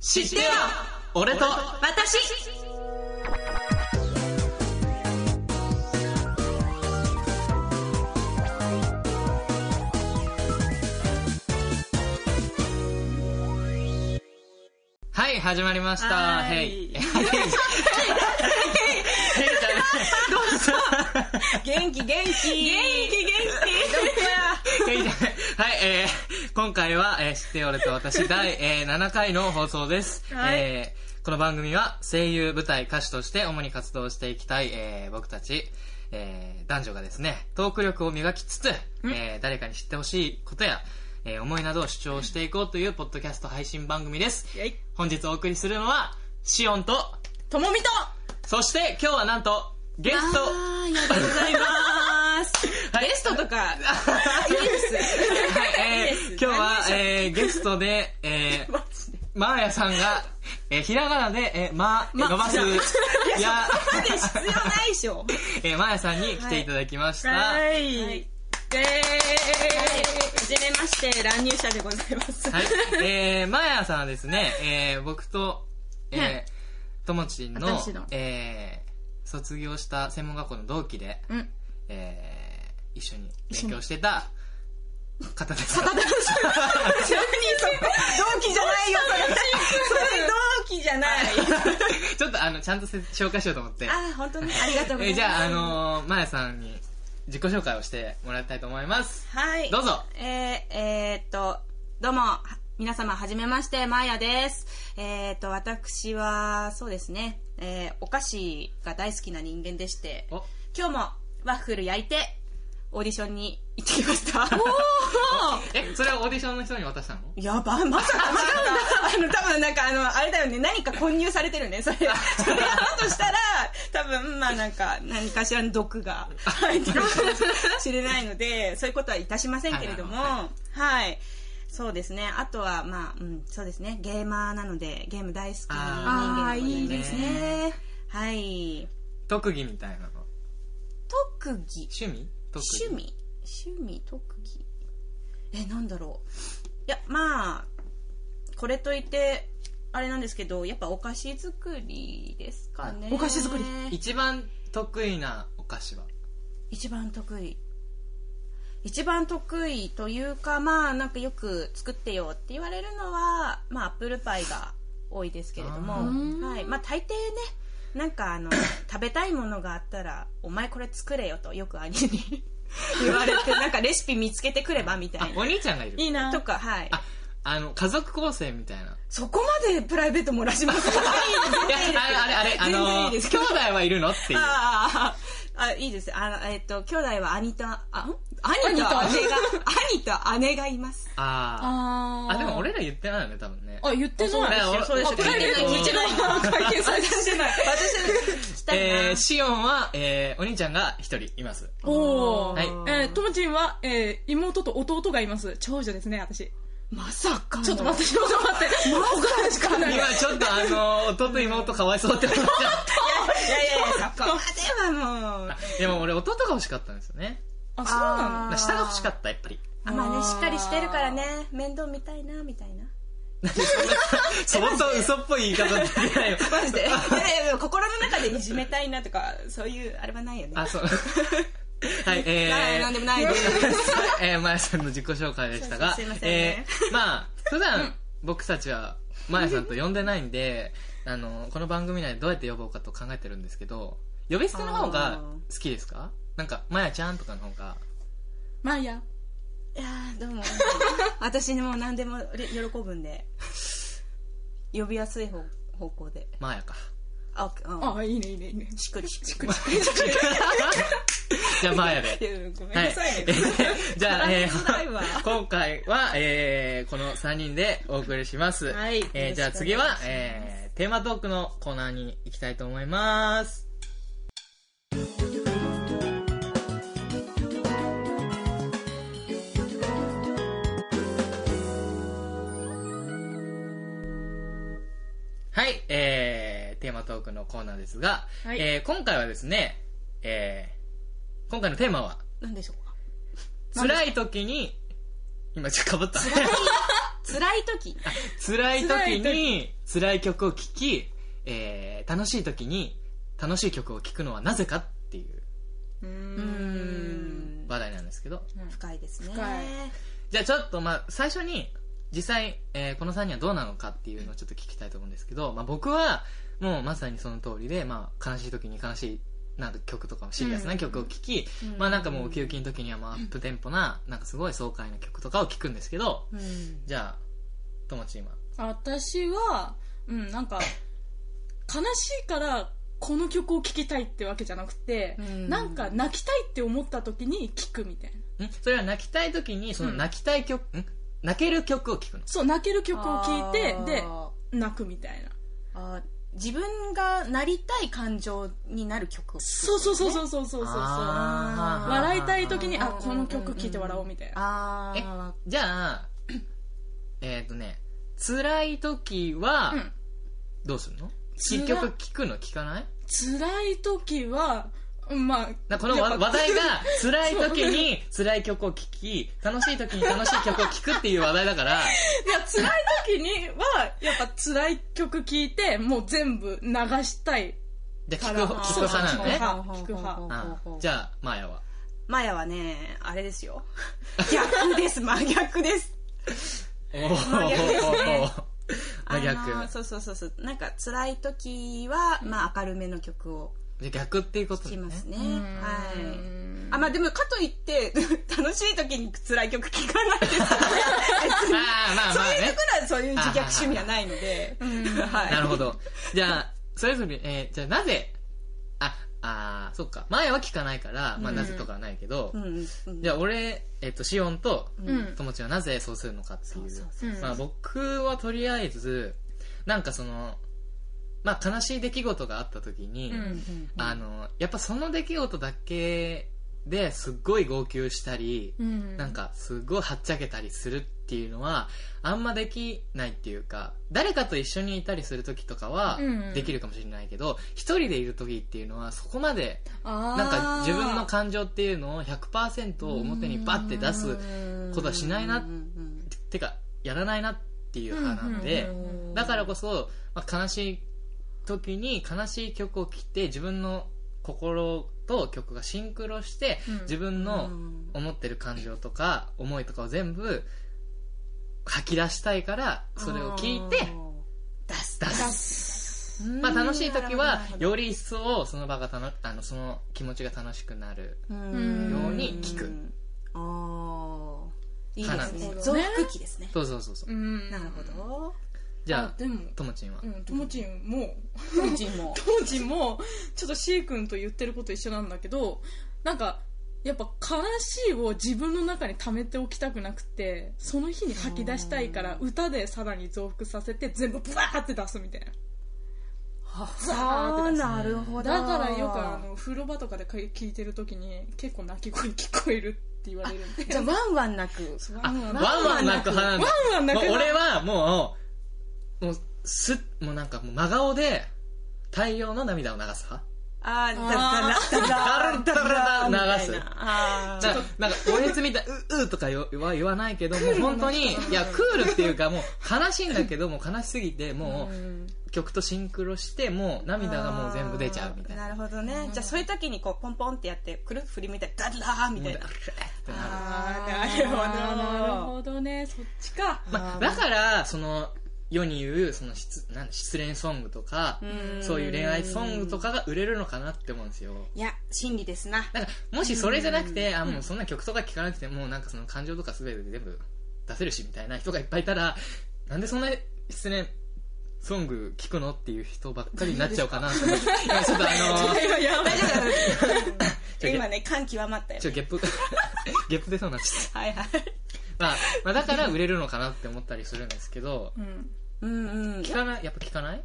知ってよ俺と私はい、始まりました。はーヘイ。いヘイ。ヘイじゃない。元気元気元気元はい、えー今回は、えー知っておれと 私、第、えー7回の放送です。はいえーこの番組は、声優、舞台、歌手として主に活動していきたい、えー僕たち、えー男女がですね、トーク力を磨きつつ、えー誰かに知ってほしいことや、えー思いなどを主張していこうという、ポッドキャスト配信番組です。気本日お送りするのは、シオンと、ともみとそして今日はなんと、ゲスト、ありがとうございますはいゲストとかいいですはい、えーいいです今日は、えーゲストで、えーマジでマーヤさんが、えーひらがなで、えー、ま、ま伸ばす、いやいや、マジで必要ないでしょえー、マーヤさんに来ていただきました。はい。いはじめまして乱入者でございますえー、マーヤさんはですね、えー、僕と、えねー、ともちんの私のえー、卒業した専門学校の同期で、うんえー、一緒に勉強してた方です。急にそ こ同期じゃないよそれそれ同期じゃない ちょっとあの、ちゃんとせ紹介しようと思って。あ本当にありがとうございえーますじゃあ、あのー、まやさんに自己紹介をしてもらいたいと思います。はいどうぞ。えー、えーっと、どうも、は皆様、はじめまして、まーやです。えーっと、私は、そうですね、えーお菓子が大好きな人間でして、お、今日もワッフル焼いて、オーディションに行ってきました。おえ、それはオーディションの人に渡したのやば、まさか違うんだ。あの、多分なんかあの、あれだよね、何か混入されてるね、それ。それだとしたら、多分、まあなんか、何かしらの毒が入ってるかもしれないので、そういうことはいたしませんけれども、ははい。そうですね。あとは、まあ、うん、そうですね。ゲーマーなので、ゲーム大好き人間あでーございますあーいいでね。はい。特技みたいなの。特技。趣味特技趣味趣味特技えなんだろういやまあこれといってあれなんですけどやっぱお菓子作りですかねあお菓子作り一番得意なお菓子は一番得意一番得意というかまあなんかよく作ってよって言われるのはまあアップルパイが多いですけれどあーも、はいまあ、大抵ねなんかあの 食べたいものがあったら「お前これ作れよ」とよく兄に 言われてなんかレシピ見つけてくればみたあい、おな兄ちゃんがいる。いいなとかはいあ、あの、家族構成みたいな。そこまでプライベート漏らしま すいや、あれ、あれ、あ全れ、あ然いのいー、兄ですけ弟どはいるのっていう。あーあ、いいです。あの、えっ、と、兄弟は兄と、あ、ん兄と姉が、兄と姉がいます。ああー。あ、でも俺ら言ってないよね、多分ね。あ、言ってそうない。だよそうですよあプライベート言聞っいててなないいな。会見されて私じゃない。私したいな。えー、シオンは、えー、お兄ちゃんが一人います。おはいー。えー、ともちんは、えー、妹と弟がいます。長女ですね、私。まさかの。ちょっと待って、ちょっと待って。お金しかない。今ちょっとあのー、弟妹かわいそうって思っちゃう。いやいやいや、そこまではもう。 でも俺弟が欲しかったんですよねあ、そうなあー下が欲しかったやっぱ りあ、まあね、しっかりしてるからね、面倒見たいな、みたいな。そもそも嘘っぽい言い方できないよマジで。いやいや心の中でいじめたいなとか、そういう、あれはないよね。あそうはいえはい、ー、 なんでもないです。 えー、まやさんの自己紹介でしたがそうそうすいませんねえーまあ普段僕たちはまやさんと呼んでないんで あのこの番組内でどうやって呼ぼうかと考えてるんですけど呼び捨ての方が好きですかなんかまやちゃんとかの方がまあいいや。いやーどうも 私にもう何でもれ喜ぶんで呼びやすい方方向でまやか あ、うん、あ、いいね、いいね、いいね。しっくりしっくじゃあまやでりうんごめんはないさいね、。 じゃあ、え絡みづらいわー、今回は、えー、この3人でお送りします。はいえー、じゃあよろしくお願い次しまはす、えー、テーマトークのコーナーに行きたいと思います。はい、えー、テーマトークのコーナーですが、はいえー、今回はですね、えー、今回のテーマは、何でしょうか辛い時に、今ちょっとかぶった。辛い時辛い時辛に辛い曲を聴き、えー楽しい時に楽しい曲を聴くのはなぜかっていううーうーんん話題なんですけど深いですね深いじゃあちょっとまあ最初に実際、えーこの3人はどうなのかっていうのをちょっと聞きたいと思うんですけど、まあ、僕はもうまさにその通りで、まあ、悲しい時に悲しいなんか曲とかもシリアスな曲を聴き、うんまあなんかもうウキウキの時にはまあアップテンポななんかすごい爽快な曲とかを聴くんですけどうんじゃあ友達今私はうんなんか悲しいからこの曲を聴きたいってわけじゃなくて、うんなんか泣きたいって思った時に聴くみたいなんそれは泣きたい時にその泣きたい曲、ん泣ける曲を聴くのそう泣ける曲を聴いてあーで泣くみたいなあー自分がなりたい感情になる曲を聴くそうそうそうそうそうそうそうあー笑いたい時にうあんうんうんこの曲聴いて笑おうみたいなあえあじゃあ えっとね辛い時はうんどうするの、辛結局聴くの聴かない辛い時はうんまあなこのやわっぱ話 題が辛い時に辛い曲を聴き楽しい時に楽しい曲を聴くっていう話題だからいや、辛い時には、やっぱ辛い曲聴いて、もう全部流したい。じゃあか聴らく聴く派なのねあー聞く派うんじゃあマーヤはマヤはねあれですよ 逆です真逆ですおお真逆です ね真逆あのーそうそうそうそうなんか辛い時は、まあ、明るめの曲をじゃあ逆っていうことだ聴きよねますねはいいあまあでもかといって 楽しい時に辛い曲聴かない です別にまあまあそうまあいうとねころはそういう自虐趣味はないので はいなるほど。じゃあ、それぞれ、えーじゃあなぜ、あ、あーそっか。前は聞かないから、まあうんなぜとかはないけど、うんうんうんじゃあ俺、えっ、と、シオンと、うん。ともちはなぜそうするのかってそいうそうう。そううんまあ僕はとりあえず、なんかその、まあ悲しい出来事があった時に、うんあの、やっぱその出来事だけですっごい号泣したり、うんなん、かすごいはっちゃけたりするっていうのはあんまできないっていうか誰かと一緒にいたりする時とかはうんできるかもしれないけど一人でいる時っていうのはそこまでななんか自分の感情っていうのを100%表にバッて出すことはしないなうんうんてかやらないなっていう派なんうでんうんだからこそ、まあ、悲しい時に悲しい曲を聴いて自分の心と曲がシンクロしてうん自分のうん思ってる感情とか思いとかを全部吐き出したいからそれを聞いて出す出すす。まあ、楽しい時はよより一層その場がたのあのその気持ちが楽しくなるうように聞くああいいですねかな増幅器ですねそうそうそうそううん。なるほどじゃでもあ、ともちんはうん、ともちんも、当時も当時もちょっと C 君と言ってること一緒なんだけどなんかやっぱ悲しいを自分の中に溜めておきたくなくてその日に吐き出したいから歌でさらに増幅させて全部ブワーって出すみたいなああなるほどだからよくあの風呂場とかで聴いてる時に結構泣き声聞こえるって言われるんでじゃあワンワン泣くそうワあンワンワンワン泣く派なんだワンワンも泣うく派俺はもうもうすっもうなんかもう真顔で大量の涙を流す派ああーだらだらだらだら流すみたいなあだーからなんかおえつみたいううーとかよは言わないけどもう本当にいやクールっていうかもう悲しいんだけどもう悲しすぎてもうんう曲とシンクロしてもう涙がもう全部出ちゃうみたいあなーなるほどねじゃあそういう時にこうポンポンってやってくる振りみたいなダラーみたいなってなるあーあーなるほどねそっちかまあ、だからその世に言うその失なん失恋ソングとかうんそういう恋愛ソングとかが売れるのかなって思うんですよいや真理ですなだからもしそれじゃなくてあもうそんな曲とか聴かなくてもうなんかその感情とか全て全部出せるしみたいな人がいっぱいいたらなんでそんな失恋ソング聴くのっていう人ばっかりになっちゃうかなって思ういやちょっとあのーいやい や大丈夫大丈ち夫ょ今ね感極まったよちょゲップ ゲップ出そうになっちゃったはいはいまあ、まあ、だから売れるのかなって思ったりするんですけどうんうんうん聞かないやっぱ聞かない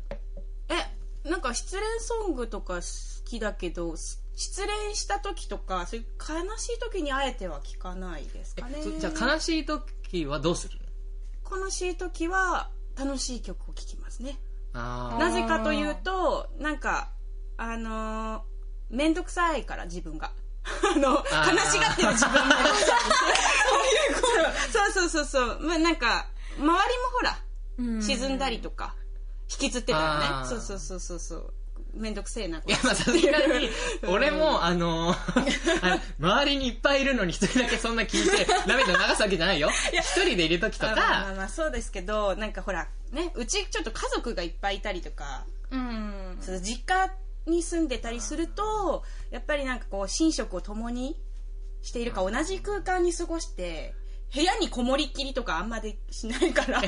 えなんか失恋ソングとか好きだけどし失恋した時とかそういう悲しい時にあえては聞かないですかねえそじゃあ悲しい時はどうするの悲しい時は楽しい曲を聴きますねあーなぜかというとなんかあのー、めんどくさいから自分が あのー 悲しがってる自分がそういうことそうそうそうそうまあなんか周りもほらうん沈んだりとか引きずってたらあーねそうそうそうそうそう面倒くせえなこいれや、まあ、さすがに、俺も、あのーあの周りにいっぱいいるのに一人だけそんな聞い て、涙流すわけじゃないよ。一人でいる時とあまあまあか、まあそうですけどなんかほらねうちちょっと家族がいっぱいいたりとかうんその実家に住んでたりするとやっぱりなんかこう寝食を共にしているか同じ空間に過ごして部屋にこもりっきりとかあんまでしないから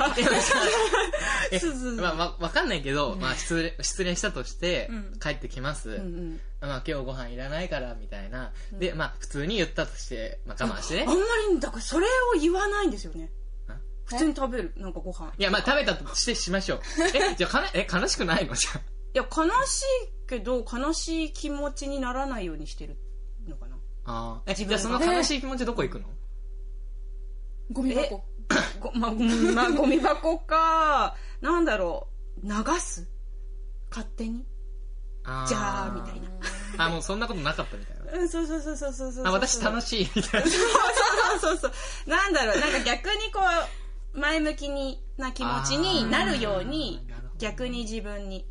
えすずまあ、わ、わかんないけど、まあ、失恋、失恋したとしてうん、帰ってきます。うんうんまあ、今日ご飯いらないから、みたいな。で、まあ、普通に言ったとして、まあ、我慢してあんねま。りだからそれを言わないんですよねあ普通に食べるなんかご飯いや、まあ、食べたとしてしま しょう。え、じゃあ、かな、え、悲しくないのじゃあ。いや悲しいけど悲しい気持ちにならないようにしてるのかなあーえ、自じ分ゃあ、がその悲しい気持ちどこ行くのゴミ箱 ごまあ、ごま あ、ゴミ箱かなんだろう流す勝手にあーじゃあみたいなあ、もうそんなことなかったみたいな。うん、そうそうそうそうそうそう。あ、私楽しい。しい、みたいな。そうそうそうそう。なんだろう、なんか逆にこう、前向きにな気持ちになるようにあーなるほど、逆に自分に。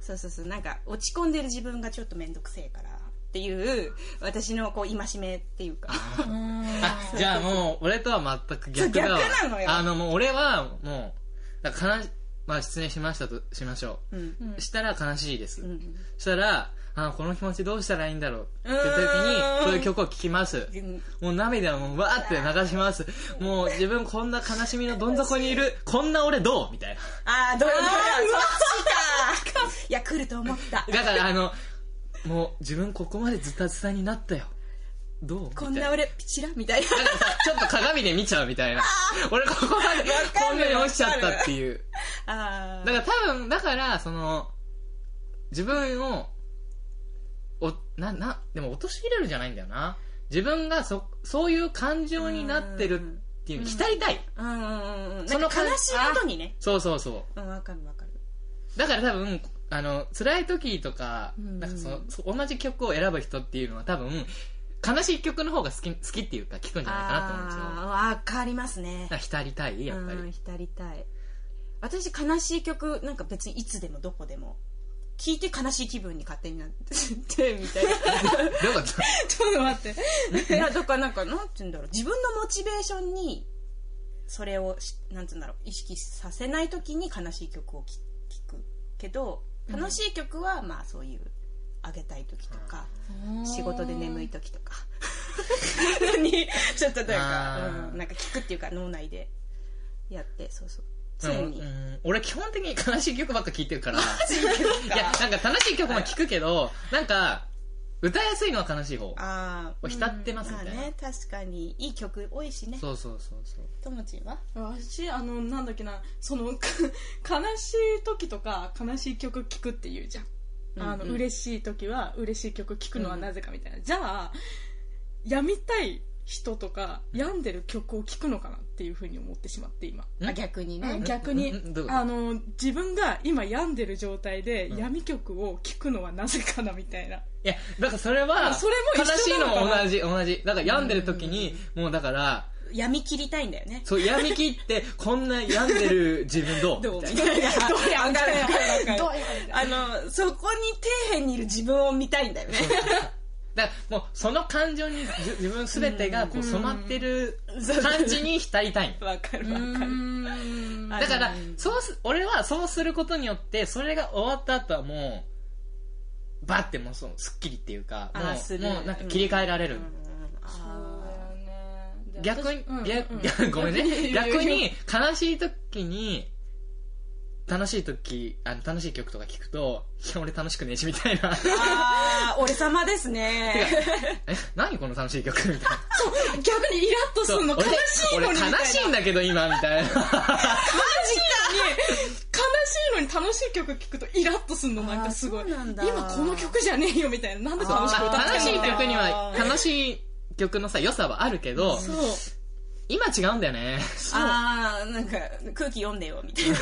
そうそうそう。なんか落ち込んでる自分がちょっとめんどくせえからっていう、私のこう、戒めっていうか。うんあじゃあもう俺とは全く逆だわそう逆なのよあのもう俺はもうだから悲しまあ失恋しましたとしましょうん。う、したら悲しいです、うん。したらあこの気持ちどうしたらいいんだろうってう時んにそういう曲を聴きますもう涙もうわーって流しますもう自分こんな悲しみのどん底にいるこんな俺どうみたいなああ、どうだろうそっちか。いや、来ると思った。だからあのもう自分ここまでズタズタになったよどうみたいこんな俺、ピチラみたいな。なんかさ、ちょっと鏡で見ちゃうみたいな。俺ここまで、かるこんなに落ちちゃったっていう。あだあから多分、だから、その、自分を、お、な、な、でも落とし入れるじゃないんだよな。自分がそ、そういう感情になってるっていう、浸りたい。。うんうんうんうん。そそのの感悲しいことにね。そうそうそうん、わかるわかる。う。だから多分、あの、辛い時とか、うんなんかその、そ同じ曲を選ぶ人っていうのは多分、悲しい曲の方が好き、好きっていうか、聴くんじゃないかなと思うんですよ。だかああ、わかりますね。ら浸りたい、やっぱりうん。浸りたい私悲しい曲なんか別にいつでもどこでも聴いて悲しい気分に勝手になってみたいどういうことちょっと待って ないやだからなんかなんて言うんだろう自分のモチベーションにそれをしなんて言うんだろう意識させない時に悲しい曲を聴くけどうん楽しい曲はまあそういうあげたい時とか、仕事で眠い時とかにちょっとなんかあ、ーうん、なんか聴くっていうか脳内でやってそうそうう常んに。うん俺基本的に悲しい曲ばっか聴いてるからいやなんか楽しい曲も聴くけどなんか歌いやすいのは悲しい方ああ浸ってますみまあたいな、ね確かにいい曲多いしねそうそうそうそうともちんは私あのなんだっけなその か悲しい時とか悲しい曲聴くっていうじゃんあの、うんうん嬉しい時は嬉しい曲聴くのはなぜかみたいな、じゃあ病みたい人とか病んでる曲を聴くのかなっていうふうに思ってしまって今、んあ逆にね逆に、うんどういうことあの自分が今病んでる状態でうん闇曲を聴くのはなぜかなみたいな、いやだからそれはあそれ悲も一しい緒なののかもな同じ同じだから病んでる時にもうだから闇切りたいんだよねそう闇切ってこんな病んでる自分どうみたいなな どうやわかるわかるわかるどうやあのそこに底辺にいる自分を見たいんだよねだからもうその感情にじ自分全てがこう染まってるうん感じに浸りたいのわかるわかるんあだからうんそうす俺はそうすることによってそれが終わった後はもうバッてもうそうすっきりっていうかあもーすうるもうなんか切り替えられる、うんあ逆に、うん逆 うんごめんね いやいやいや逆に悲しい時に楽しい時あの楽しい曲とか聞くと「いや俺楽しくねえし」みたいな 「ーあー俺様ですねえ何この楽しい曲」 みたいな逆にイラッとすそうるの悲俺しいのにみた俺いな悲しいんだけど今み たいな悲しいのに楽しい曲聴くとイラッとすんのなんかすごいあーそうなんだ今この曲じゃねえよみたいななんで楽しく歌っ楽ちしゃういの曲には楽しい曲のさ良さはあるけどそう今違うんだよねああなんか空気読んでよみたいな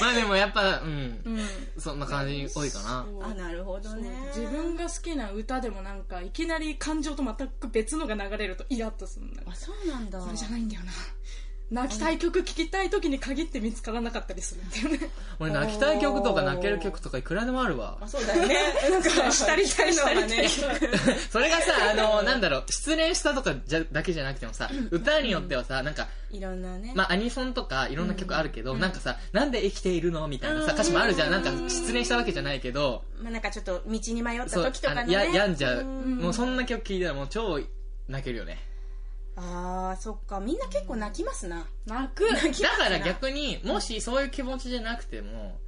まあでもやっぱ、うん、うんそんな感じ多いかな。そうあなるほどね自分が好きな歌でもなんかいきなり感情と全く別のが流れるとイラッとするんだあそうなんだこれじゃないんだよな泣きたい曲聴きたい時に限って見つからなかったりするんだよ ね俺泣きたい曲とか泣ける曲とかいくらでもあるわ まあ、そうだよね。なんか、したりたいのはね。それがさあのなんだろう失恋したとかじゃだけじゃなくてもさ歌によってはさなんか いろんなね。まあ、アニソンとかいろんな曲あるけど、なんかさ「なんで生きているの?」みたいなさ歌詞もあるじゃんなんか失恋したわけじゃないけどまあ、なんかちょっと道に迷ったそう時とかあののね。や病んじゃううんもうそんな曲聴いたらもう超泣けるよねああ、そっか。みんな結構泣きますな。泣くだから逆にもしそういう気持ちじゃなくても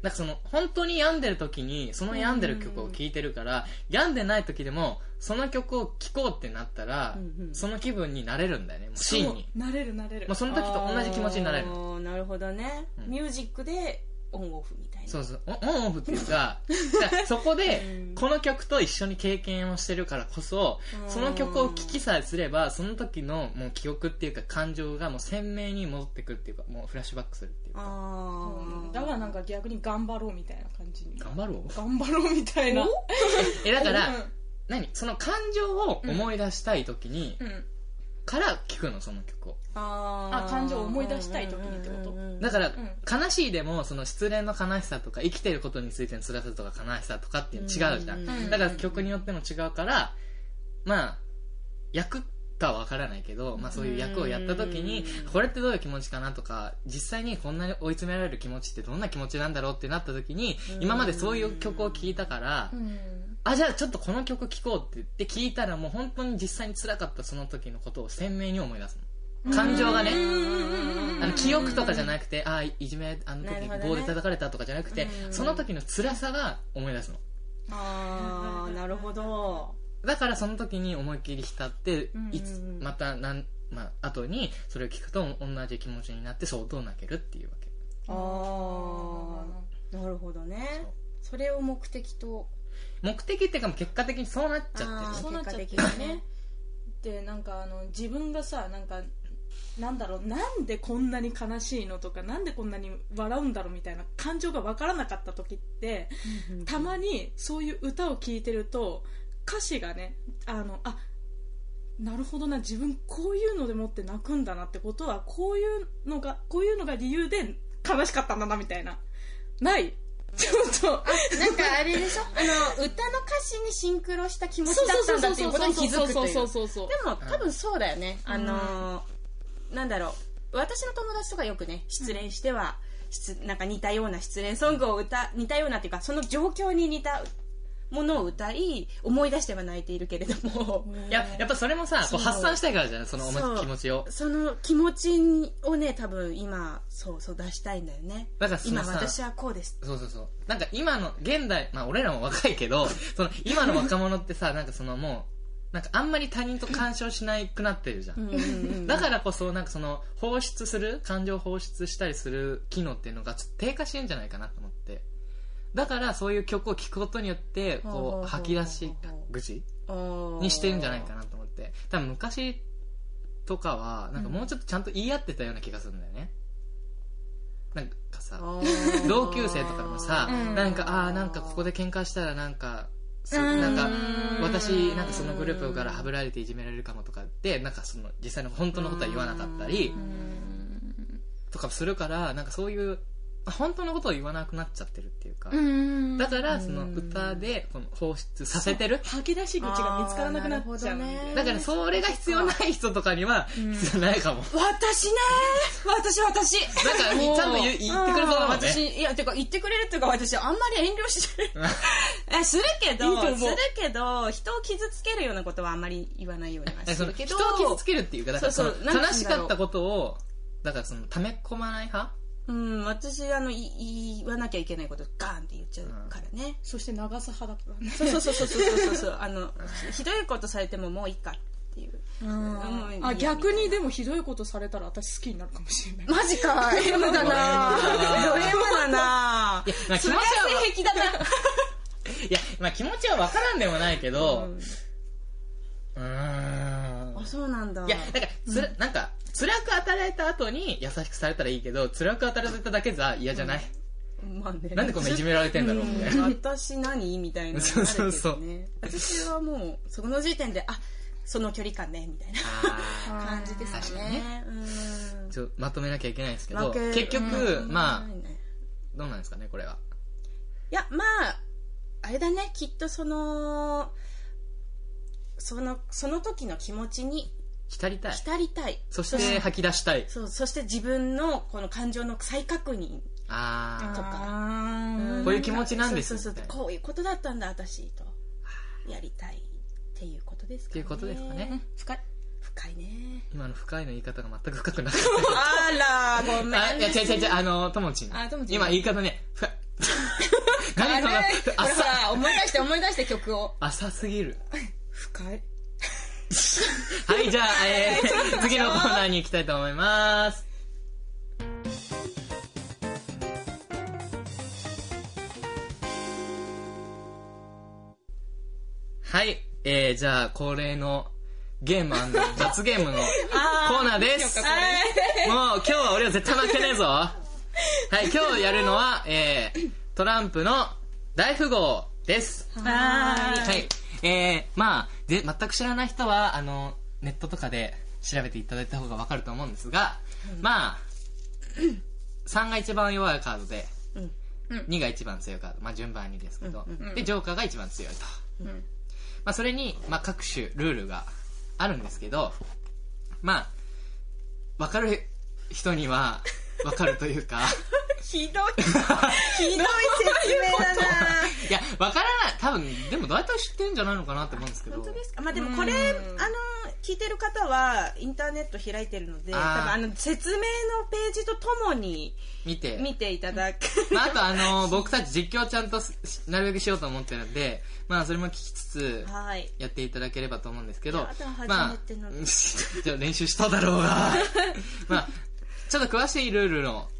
なんかその本当に病んでる時にその病んでる曲を聴いてるから、病んでない時でもその曲を聴こうってなったら、うんうんその気分になれるんだよねもう真にそうなれるなれるもうその時と同じ気持ちになれるあーなるほどね、うんミュージックでオンオフみたいなそうそうオンオフっていう かだからそこでうんこの曲と一緒に経験をしてるからこそその曲を聴きさえすればその時のもう記憶っていうか感情がもう鮮明に戻ってくるっていうかもうフラッシュバックするっていうかあうんあだからなんか逆に頑張ろうみたいな感じに頑張ろう頑張ろうみたいなえだ から、うん何その感情を思い出したい時に、うんから聴くのその曲をあーあ感情を思い出したい時にってことうんうんうんうんだから、ん悲しいでもその失恋の悲しさとか生きてることについての辛さとか悲しさとかっていうの違うじゃん、うんうんうんだから曲によっても違うからまあ役かわからないけど、まあ、そういう役をやった時にうんこれってどういう気持ちかなとか実際にこんなに追い詰められる気持ちってどんな気持ちなんだろうってなった時にうん今までそういう曲を聴いたから、うんあじゃあちょっとこの曲聴こうって言って聴いたらもう本当に実際に辛かったその時のことを鮮明に思い出すの感情がねうんあの記憶とかじゃいなくてあいじめあの時なるほどね棒で叩かれたとかじゃなくてうんその時の辛さが思い出すのああなるほどだからその時に思いっきり浸ってうんいつまたなん、まあ後にそれを聞くと同じ気持ちになって相当泣けるっていうわけあーなるほどねそれを目的と目的っていうかもう結果的にそうなっちゃあっーてるそうなっちゃってる結果的にねねでなんかあの自分がさなんかなんだろうなんでこんなに悲しいのとかなんでこんなに笑うんだろうみたいな感情が分からなかった時ってたまにそういう歌を聴いてると歌詞がねあのあなるほどな自分こういうのでもって泣くんだなってことはこういうのがこういうのが理由で悲しかったんだなみたいなないちょっとなんかあれで しょあの歌の歌詞にシンクロした気持ちだったんだっていうことに気づくというそうそうそうそうそうそうそうでも多分そうだよね、あのーなんだろう私の友達とかよくね失恋しては、失なんか似たような失恋ソングを歌似たようなっていうかその状況に似たものを歌い思い出しては泣いているけれども、いややっぱそれもさこうそう発散したいからじゃんそのそう気持ちをその気持ちをね多分今そうそう出したいんだよねだからその今さ私はこうですそうそうそう。なんか今の、現代、まあ俺らも若いけど、 その今の若者ってさ、なんかそのもう、なんかあんまり他人と干渉しなくなってるじゃん。だからこそ、なんかその放出する、感情を放出したりする機能っていうのがちょっと低下してるんじゃないかなと思って。だからそういう曲を聴くことによって、ほうほうほうこほうう吐き出し口にしてるんじゃないかなと思って。多分昔とかは、なんかもうちょっとちゃんと言い合ってたような気がするんだよね。なんかさ、同級生とかでもさ、うんなんかああーなんかここで喧嘩したらなんかすうんなんか私なんかそのグループからはぶられていじめられるかもとかってなんかその実際の本当のことは言わなかったりとかするからなんかそういうあ本当のことを言わなくなっちゃってるっていうか、だからその歌でこの放出させてる吐き出し口が見つからなくなっちゃうんあーなだよるほどねだからそれが必要ない人とかには必要ないかも、私ね私私なんかちゃんと言う言ってくれそうだもんね私いやてか言ってくれるっていうか私あんまり遠慮し ないするけいいどと思うするけど人を傷つけるようなことはあんまり言わないようにはえすそるのけ人どを傷つけるっていうかだからそそうのそうなんて言うんだろ悲うしかったことをだからその溜め込まない派うん私あのい言わなきゃいけないことガーンって言っちゃうからね、そして長さ派だからねそうそうそうそうそうそう そうあのひどいことされてももういいかっていううんいいよあ逆にでもひどいことされたら私好きになるかもしれないマジか M だなド M だやまあない気持ちそれはは性癖だ ないや、まあ、気持ちは分からんでもないけどうーんあそうなんだいやなんかつら、なんか辛く与えた後に優しくされたらいいけど辛く与えただけじゃ嫌じゃない、まあねなんでこんないじめられてんだろうみたいな、うん私何みたいなのあるけどねそうそうそう私はもうその時点であその距離感ねみたいなああー感じですかねうんーちょまとめなきゃいけないんですけど負け結局、うんまないねあどうなんですかねこれはいやまああれだねきっとそのそのその時の気持ちに浸りたい浸りたいそして吐き出したいそうそして自分のこの感情の再確認あとかあんーこういう気持ちなんですそうそうそうみたいなこういうことだったんだ私とやりたいっていうことですかねっていうことですかねうん深い深いねー今の深いの言い方が全く深くなかっあらごめんた あいや違う違う違うあのともちんあともちん今言い方ね 深いあ何それのほらほ浅ら思い出して思い出して曲を浅すぎる深いはいじゃあ、えー、次のコーナーに行きたいと思いますはい、えー、じゃあ恒例のゲーム罰ゲームのコーナーですあもう今日は俺は絶対負けねえぞ。はい、今日やるのは、えー、トランプの大富豪です。はーいはい。えー、まあ、で、全く知らない人は、あの、ネットとかで調べていただいた方がわかると思うんですが、まあ、3が一番弱いカードで、うん2が一番強いカード、まあ順番にですけど、うんうんで、ジョーカーが一番強いと。うんまあ、それに、まあ、各種ルールがあるんですけど、まあ、分かる人に は分かるというか、 ひどいひどい説明だないや、分からない、多分、でも大体知ってんじゃないのかなって思うんですけど、本当ですかまあでもこれ、うんあの聞いてる方はインターネット開いてるのであ多分ーあの説明のページとともに見て。見ていただく、まあ、あとあの僕たち実況ちゃんとすしなるべくしようと思ってるんで、まあ、それも聞きつつ、はいやっていただければと思うんですけいどやあとは、初めてなのうん じゃあ練習しただろう が、まあ、ちょっと詳しいルールの、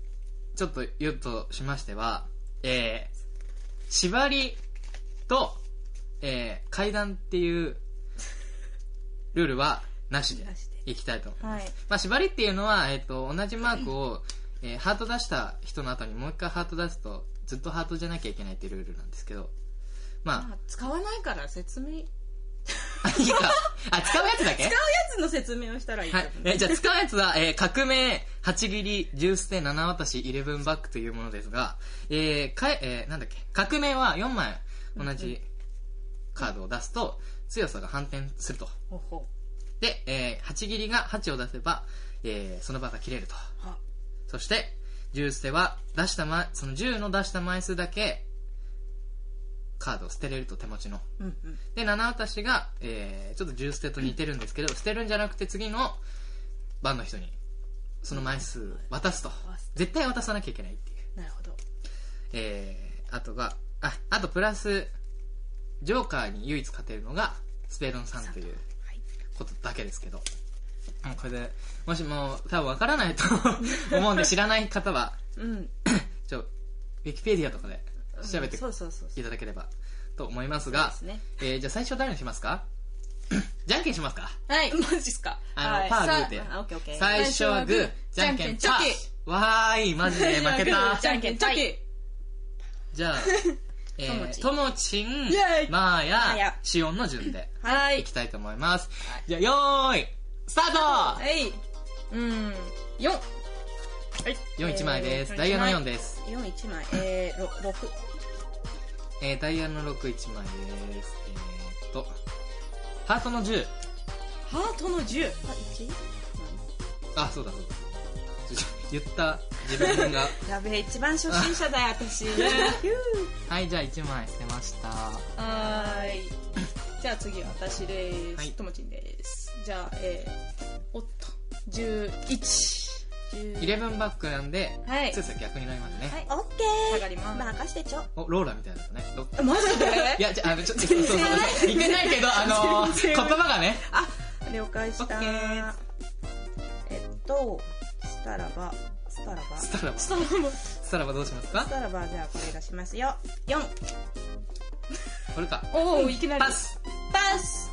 ちょっと言うとしましては、えー、縛りと、えー、階段っていうルールはなしでなしいきたいと思います。はいまあ、縛りっていうのは、えっと同じマークを、えーハート出した人の後にもう一回ハート出すとずっとハートじゃなきゃいけないっていうルールなんですけどままあ使わないから説明あ いいかあ使うやつだけ使うやつの説明をしたらいいとは思、いうえーじゃあ使うやつは、えー革命8切り10捨て7渡し11バックというものですが、えーかええーなんだっけ革命は4枚同じカードを出すと強さが反転するとほうほで、えー、8切りが8を出せば、えーその場が切れるとうはそして、銃捨ては、出したま、その銃の出した枚数だけ、カードを捨てれると手持ちの。うんうんで、七渡しが、えー、ちょっと銃捨てと似てるんですけど、捨てるんじゃなくて次の番の人に、その枚数渡すと。絶対渡さなきゃいけないっていう。なるほどえー、あとが、あ、あとプラス、ジョーカーに唯一勝てるのが、スペードの3というはいことだけですけど。もうこれで、もしもう、多分わからないと思うんで、知らない方は、うんちょ、ウィキペディアとかで調べてそうそうそうそういただければと思いますそうでがす、ねえーじゃあ最初誰にしますかじゃんけんしますかはいマジっすかあのはいパーグーさであオッケーオッケー最初はグー、じ最ゃん初はグーけんじチゃョんけんキわーい、マジで負けた。じゃんけんチョキじゃあ、えともちーんともちんイェ、イまーまーやや、しおんの順ではいいきたいと思います。じゃあ、よーい、スタートはいうん4 4、1枚です。えーダイヤの4です。四一枚えーろ六えーダイヤの6、1枚です。えーっと、ハートの10。ハートの10あ一あ、そうだそうだ。ちょ言った自分が。やべえ一番初心者だよ 私はい、じゃあ1枚捨てました。はーい じゃあ次私です、はいともちんですじゃあえー、おっと11 10 11バックなんで、はい強さ逆になりますね。はいオッケ下がりーます任してちょお、ローラみたいなのね。ロマジでいや、じゃあ、あのちょっと、そうそうそう。似てないけど、あのー言全然葉がね。あ了解しオッたケーえっとスタラバスタラバススタラバ。 下のもスタラバどうしますかタラバじゃあこれ出しますよ四これか。おおいきなりパスパス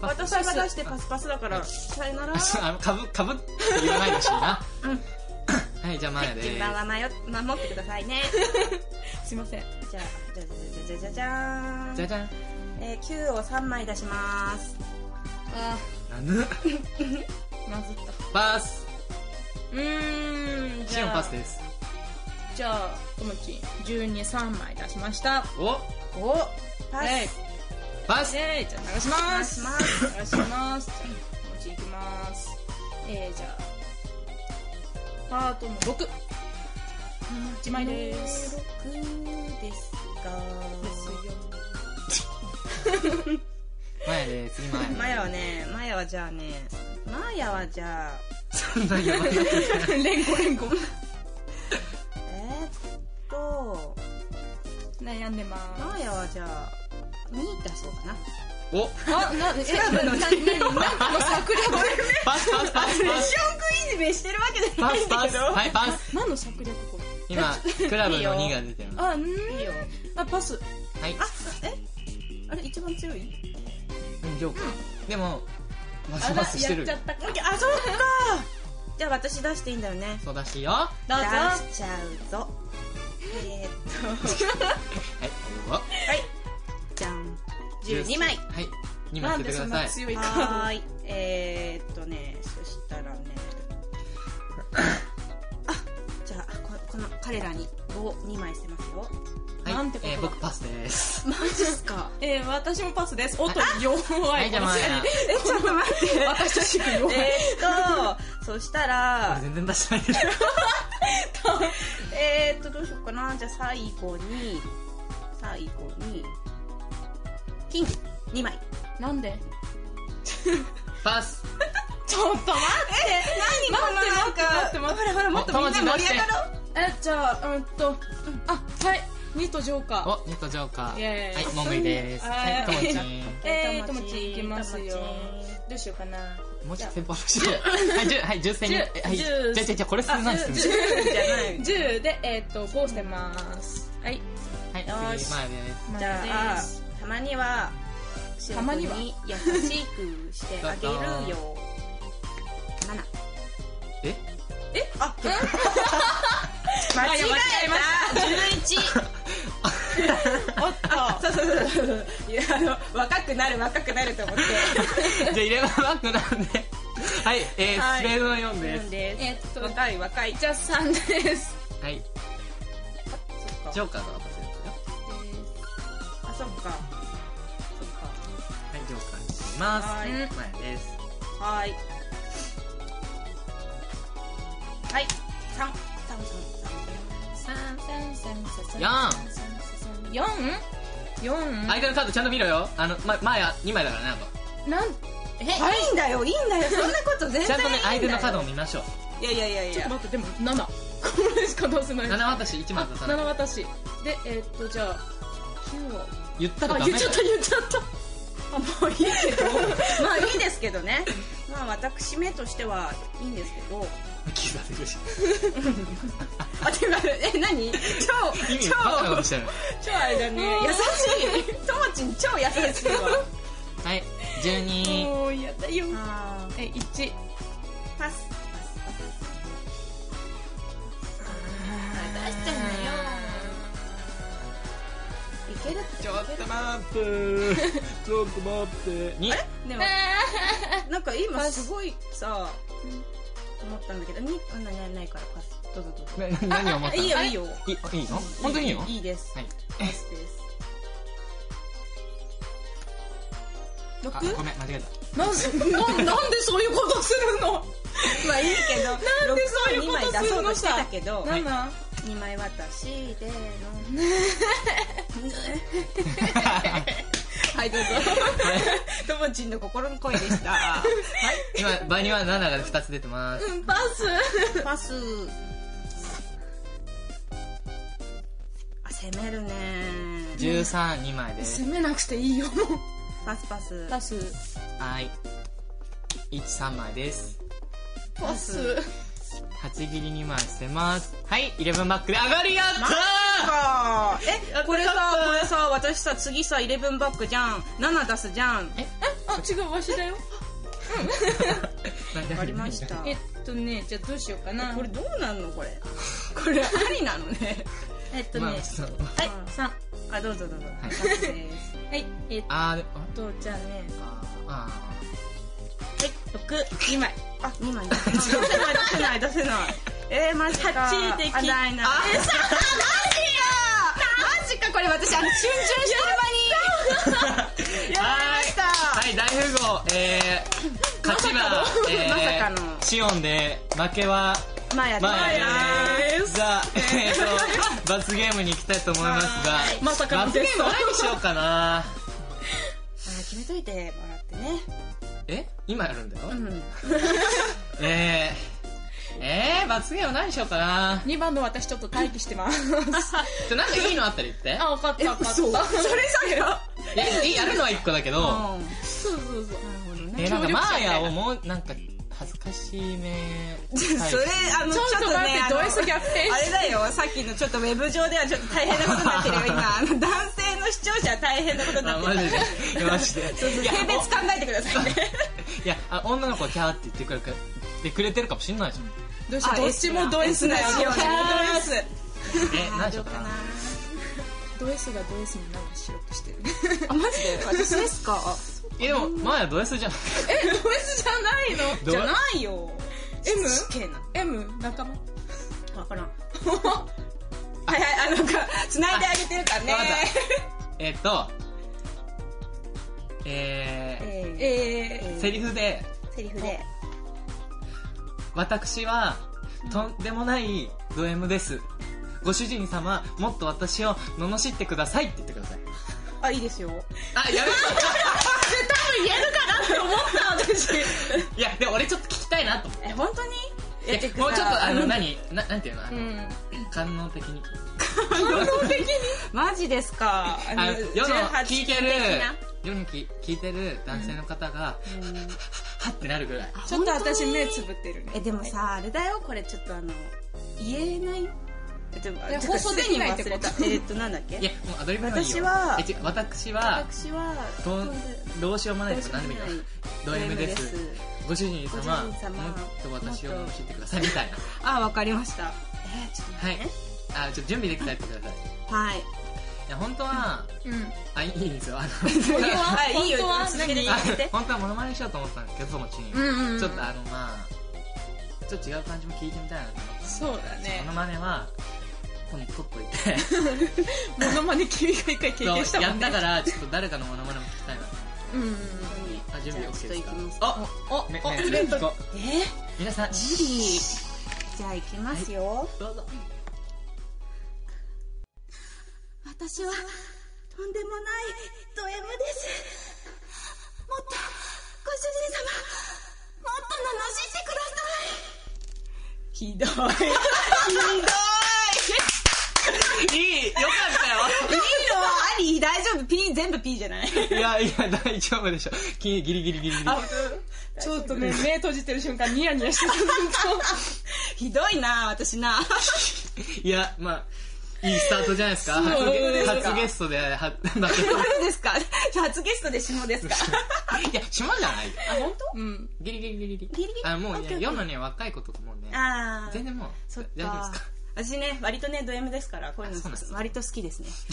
パス私が出してパスパスだかはらいさよならあの、かぶ、かぶって言わないでほしいな。はい、じゃあ、マヤで順ー番は迷っ守ってくださいねすいませんじゃあじゃじゃじゃじゃじゃじゃじゃーす。んじゃじゃん。えー、9を3枚出しますあなんぬーまずったパスうーんじシオンゃパあスですじゃあともきん123枚出しましたおおパえいスパスえいじゃあ流します流します流しますじゃあともちいきますえー、じゃあパートの6 1枚です6ですマヤで次マヤが マヤはねマヤはじゃあねマヤはじゃあそんなやばいやつじゃない連呼連呼えーっと悩んでますマーヤはじゃあ2出そうかなおあ、な、え、ラブのな、な、なんかの策略パスパスパスパスンクイズめしてるわけじゃパスパスはいパス何の策略これ今クラブの2が出てるあ、んーいいよあ、パスはいあえあれ一番強いうんジョーカーでもパあスら、パスしてやっるちゃったかあそっかじゃあ私出していいんだよねそうだしいよは出どうぞしちゃうぞえー、っいどうぞとはいじゃん12枚はい2枚な捨てんでてくそだんさない強いカーはーいえー、っとねそしたらねあじゃあここの彼らに棒2枚捨てますよはいなんてことだえー僕パスですマジっすかドえー、私もパスですおっと、弱はいいじゃあマヤえちょっと待って 私とシーク弱いえーっと、そしたら俺、全然出してないけどえーっと、どうしようかな。じゃあ最後に、最後に、金魚2枚。なんでパスちょっと待え、何このなんかほらほら、もっとみんな盛り上がろう。ってえ、じゃあ、うんとうんあ、はいニートジョーカーおニットジョーカイーエーはイいモングイですうんはいあともーちんえー、ともちいきますよどうしようかなもうちょっと先方の10はい10はい10戦に10はいじゃ10あじゃあじゃあこれ数なんですねじゃない。 10で、えーっと、5捨てますはいはい次よしマヤです じゃであす、たまには、たままににはは優しくしてあげるよ。7。え あ、間違えた。十一。おっと。 そうそうそうそう。いやあの若くなる若くなると思って。じゃあ入れ歯バッグなんではいえーはいスペードの4ですうんです。えーっと、若い若い。じゃあ3ですはいそっジョか。ーカーが渡せるんですよあそっか。そはいジョーカーにしますはマいヤですっか。はーい。はい。三三三四四相手のカードちゃんと見ろよあのまマヤ2枚だからねあとなんえ三。いいんだよいいんだよそんなこと全ちゃんとね相手のカードよを見ましょういやいやいやいちょっやと待ってでも七これしか出せない7私1枚あ出さない七私でえーっとじゃあ九を言ったらあダメ言っだちゃよった言っちゃったあもういいけど まあいいですけどねまあ私めとしてはいいんですけど気がするしあてかえ何超意味超バカなことしてる超あれだね優しいともちん超優しいわはい12もうやだよあえ一ーパス出しちゃいけるってちょっと待ってちょっと待って2でもえなんか今パスすごいさ思ったんだけどにあななないからパスどうぞどうぞな何を思ったのいいよいいよいいいの本当にいいのはいいですいパスですあ六ごめん間違えたー、なんでなんなんでそういうことするのまあいいけ ど、んでそういうことするの六は二枚出そうとしてたけど、い七二枚渡し での。はいどうぞ。 ともちんの心の声でした。はい。今場には7が2つ出てますうんバスパス。あ攻めるね。 132枚です攻めなくていいよもうパスパス。パスはい13枚ですパス8切り2枚捨てますはい11バックで上がりやったあーえこれやさったこれさ私さ次さイレブンバックじゃん7出すじゃんあ違うわしだよーわかりましたえっとねじゃあどうしようかなこれどうなんのこれこれありなのねえっとねまはあいちょっと3あどうぞどうぞ、いパスですはいえっあーであとじゃあねあーあ六2枚あ、二枚。出せない、出せない、出せない。えー、マジか。 8的あないな。え、さ、マジか。マジか、これ私、あの、瞬順してる間 に。やられました。はい、大富豪、え ー、勝ちは、えー、まさかのシオンで、負けは、まあやってまあないな。じゃあ、えっ、と、罰ゲームに行きたいと思いますが、まさかの罰ゲゲースムト何しようかなあ決めといてもらってね。え今やるんだよ、うん。えー、えー、罰ゲーム何しようかな2番の私ちょっと待機してますちょ、なんかいいのあったら言ってあ。分かった分かったそう。それさよ。いや、いいやるのは一個だけうど、ん。そうそうそなるうほどえね。ー、なんか、協マー力者みたいなヤをもう、なんか、恥ずかしいめ。 それあのちちょょっとっとね待ってあのド S 逆転あれだよさっきのちょっとウェブ上ではちょっと大変なことになってるよ今あの男性の視聴者は大変なことになあ、ってマるジで。マジで。そうそう性別考えてくださいねいや、あ女の子はキャーって言ってくれるか言ってくれてるかもしんないじゃん。どうしようどっちもド S だよよますえ、何しようかな。ド S がド S になんかしようとしてるあマジで私ですかいや、でも、マーヤド S じゃない。えド S じゃないのド じゃないよ M？死刑な M 仲間わ からんはいはいあのか繋いであげてるからねわかえっと、えええー、セリフで、ーセリフで私は、とんでもないド M です。ご主人様、もっと私を罵ってくださいって言ってください。あいいですよあ、やべ言えるかなって思った私いや、でも俺ちょっと聞きたいなと思って。 え本当にいやてくさもうちょっと、あの、何、な、なんていうのあー、うの、ん官能的に。マジですか。ああの世の聞いてる的な、世のき聞いてる男性の方が、はってなるぐらい。ちょっと私目つぶ。ぶってるねえ、でもさ、あれだよ、これちょっとあの、言えないえでもいやてか放送できないってことすでに忘れたえっと、なんだっけいや、もうアドリブでもいいよ。私はえ違う私は、私は、とんどうしようもないです。何でもいいから。ド M でド M す。ご主人様、ご主人様もっと私を教えてください。みたいな。あ、わかりました。えー、ちょっとはい。あ、ちょっと準備できたらやってください。はい。いや、本当は、うんあ、いいんですよ。あの、はい、いいよ、本当は続けてあ続けて。本当はモノマネしようと思ってたんですけど、友達に。うんうんうんちょっとあの、まあ、ちょっと違う感じも聞いてみたいなと思って。そうだねモノマネは、この取っといて。モノマネ君が一回経験したもんねやったからちょっと誰かのモノマネも聞きたいなうんうんあ準備 OK じゃあちょっとで行すきかますあおねおねね聞こうえ皆さんー、ジリー。じゃあ、行きますよ。どうぞ私はとんでもないド M ですもっとご主人様もっと罵ってくださいひどいいいよかいいのはあり大丈夫 P 全部 P じゃないったよいやいや大丈夫でしょギリギリギリギリギリちょっとね目閉じてる瞬間ニヤニヤしてたずっひどいな私 ないやまあいいスタートじゃないですか初そうですか初ゲストでは負け誰ですか初ゲストで下ですかいや島じゃないよあ本と うんギリギリギリギリギリギリあもオうッケーねオッケー世のね若い子とかもうね当ああ全然もうそっか大丈夫ですか私ね割とねド M ですからこういうあそうのなんです割と好きですね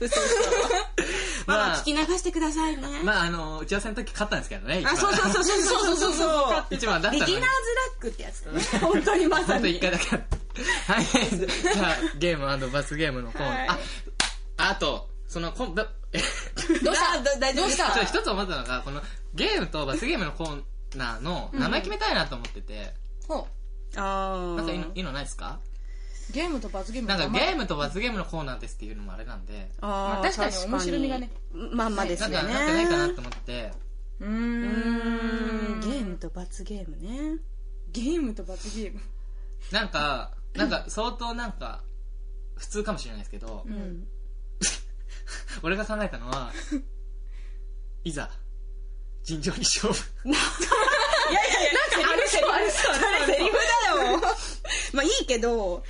嘘嘘ママまあ聞き流してくださいねまああの打ち合わせの時勝ったんですけどね一番あ、そうそうそうそうそうそうそう。一番だったビギのナーズにラックってやつだね。本当にまさあとに。一回だけ。はい。じゃあ、ゲーム罰ゲームのコーナー。はあ、いあと、そのコン、だちょどうした大丈夫ですかっと一つ思ったのが、このゲームと罰ゲームのコーナーの名前決めたいなと思ってて、ほあなんかいいのーいいのないですかうゲームと罰ゲームなんかゲームムと罰ゲームのコーナーですっていうのもあれなんで、あまあ確かに面白みがね。確かにまんまでなすんよか、ね。なんかないかなと思って、ううーーんんゲームと罰ゲームね。ゲームと罰ゲームなんか、なんか相当なんか、普通かもしれないですけど、ん 俺が考えたのは、いざ、尋常に勝 負。いやいやいや、なんかあれセリフありそうありそうありそうあれセリフだよ。まあいいけど、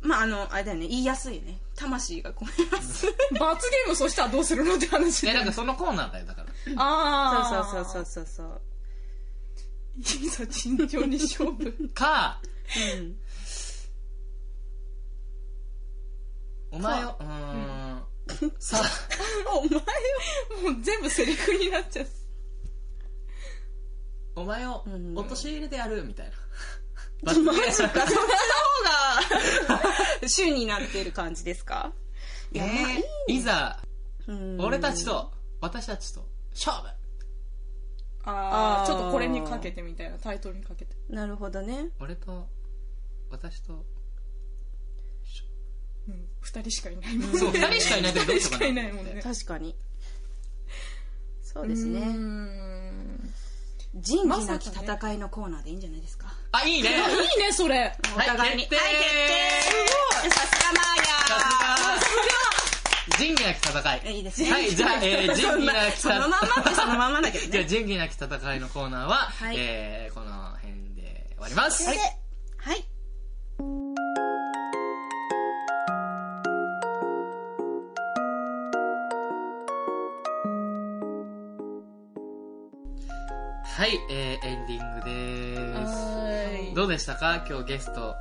まああの、あれだよね、言いやすいね。魂が込めや すい。 罰ゲームそしたらどうするのって話え、なんかそのコーナーだよ、だから。そうああそうそうそうそう。いざ慎重に勝負か、うん。お前を、うーん、さあ、お前はもう全部セリフになっちゃうお前をうん陥れてやるみたいな マジか、そっちの方が主になっている感じですかいや、まあいねいざいうん俺たちと私たちと勝負 ああーあちょっとこれにかけてみたいなタイトルにかけてなるほどね。俺と私とうん2人しかいないもんねそう2人しかいないけどどう2人しよしうかかいなないもんね確かに。そうですうーね。ん仁ま義さなかきね戦いのコーナーでいいんじゃないですか。あいいねあいいねそれお互いに。はい決定はい、決定さすがマさーヤ仁義なき戦ーいいいですね。はいじゃあ、えー、仁義なき そんなそのまんまってそのまんまだけどじゃあね。仁義なき戦いのコーナーは、いえーこの辺で終わります、はい。はい。はい、えーエンディングです。どうでしたか今日ゲスト、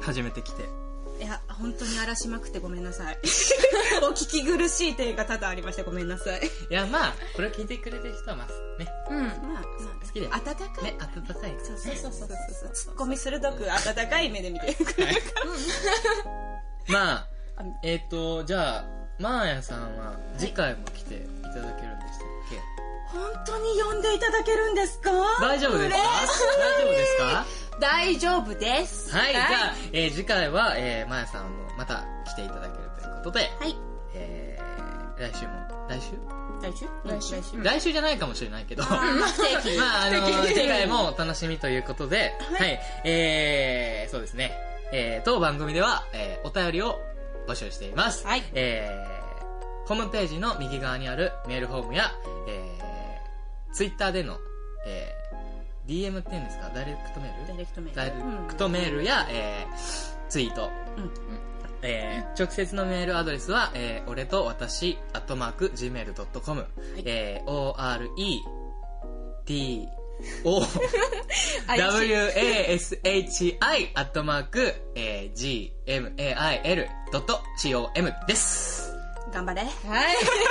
初めて来て。いや、本当に荒らしまくってごめんなさい。 お聞き苦しい点が多々ありました。ごめんなさい。いや、まあ、これを聞いてくれてる人は、まあ、ね、うんまあ、まあ、好きで温かい。ね、温かい。そうそうそうそうそう。ツッコミ鋭く温かい目で見てくれるから。まああ、えっ、と、じゃあ、マーヤさんは、次回も来ていただけるんでしたっけ本当に呼んでいただけるんですか大丈夫ですか大丈夫ですか大丈夫です。はい、じゃあ、えー次回は、えー、マーヤさんもまた来ていただけるということで、はい。えー、来週も、来週来週来週来週。来週じゃないかもしれないけど、まあ、不定 期。まあ、あの、素敵次回もお楽しみということで、はい、えー、そうですね。えー、当番組では、えー、お便りを募集しています。はいえー、ホームページの右側にあるメールフォームや、えー、ツイッターでの、えー、DM っていうんですかダイレクトメーダイルレクトメール。ダイレクトメールや、えー、ツイート。うんえー、直接のメールアドレスは、えー、俺と私、アットマーク、gmail.com、えー、ore, t, o, あよし washi, アットマーク、えー、gmail.com です。頑張れ。はい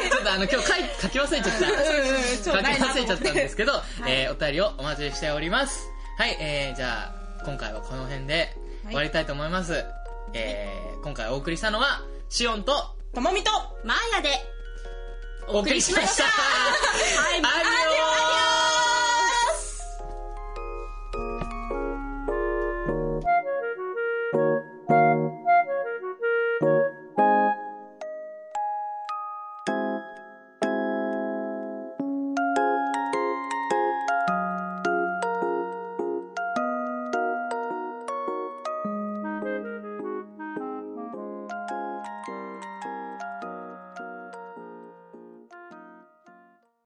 ちょっとあの、今日書い書き忘れちゃっ うんちた。書ょっきとないな忘れちゃったんですけど、えー、お便りをお待ちしております。はい、えー、じゃあ、今回はこの辺で終わりたいと思います。えー、今回お送りしたのは、シオンとともみとマーヤで。お送りしました。はい、バイバイ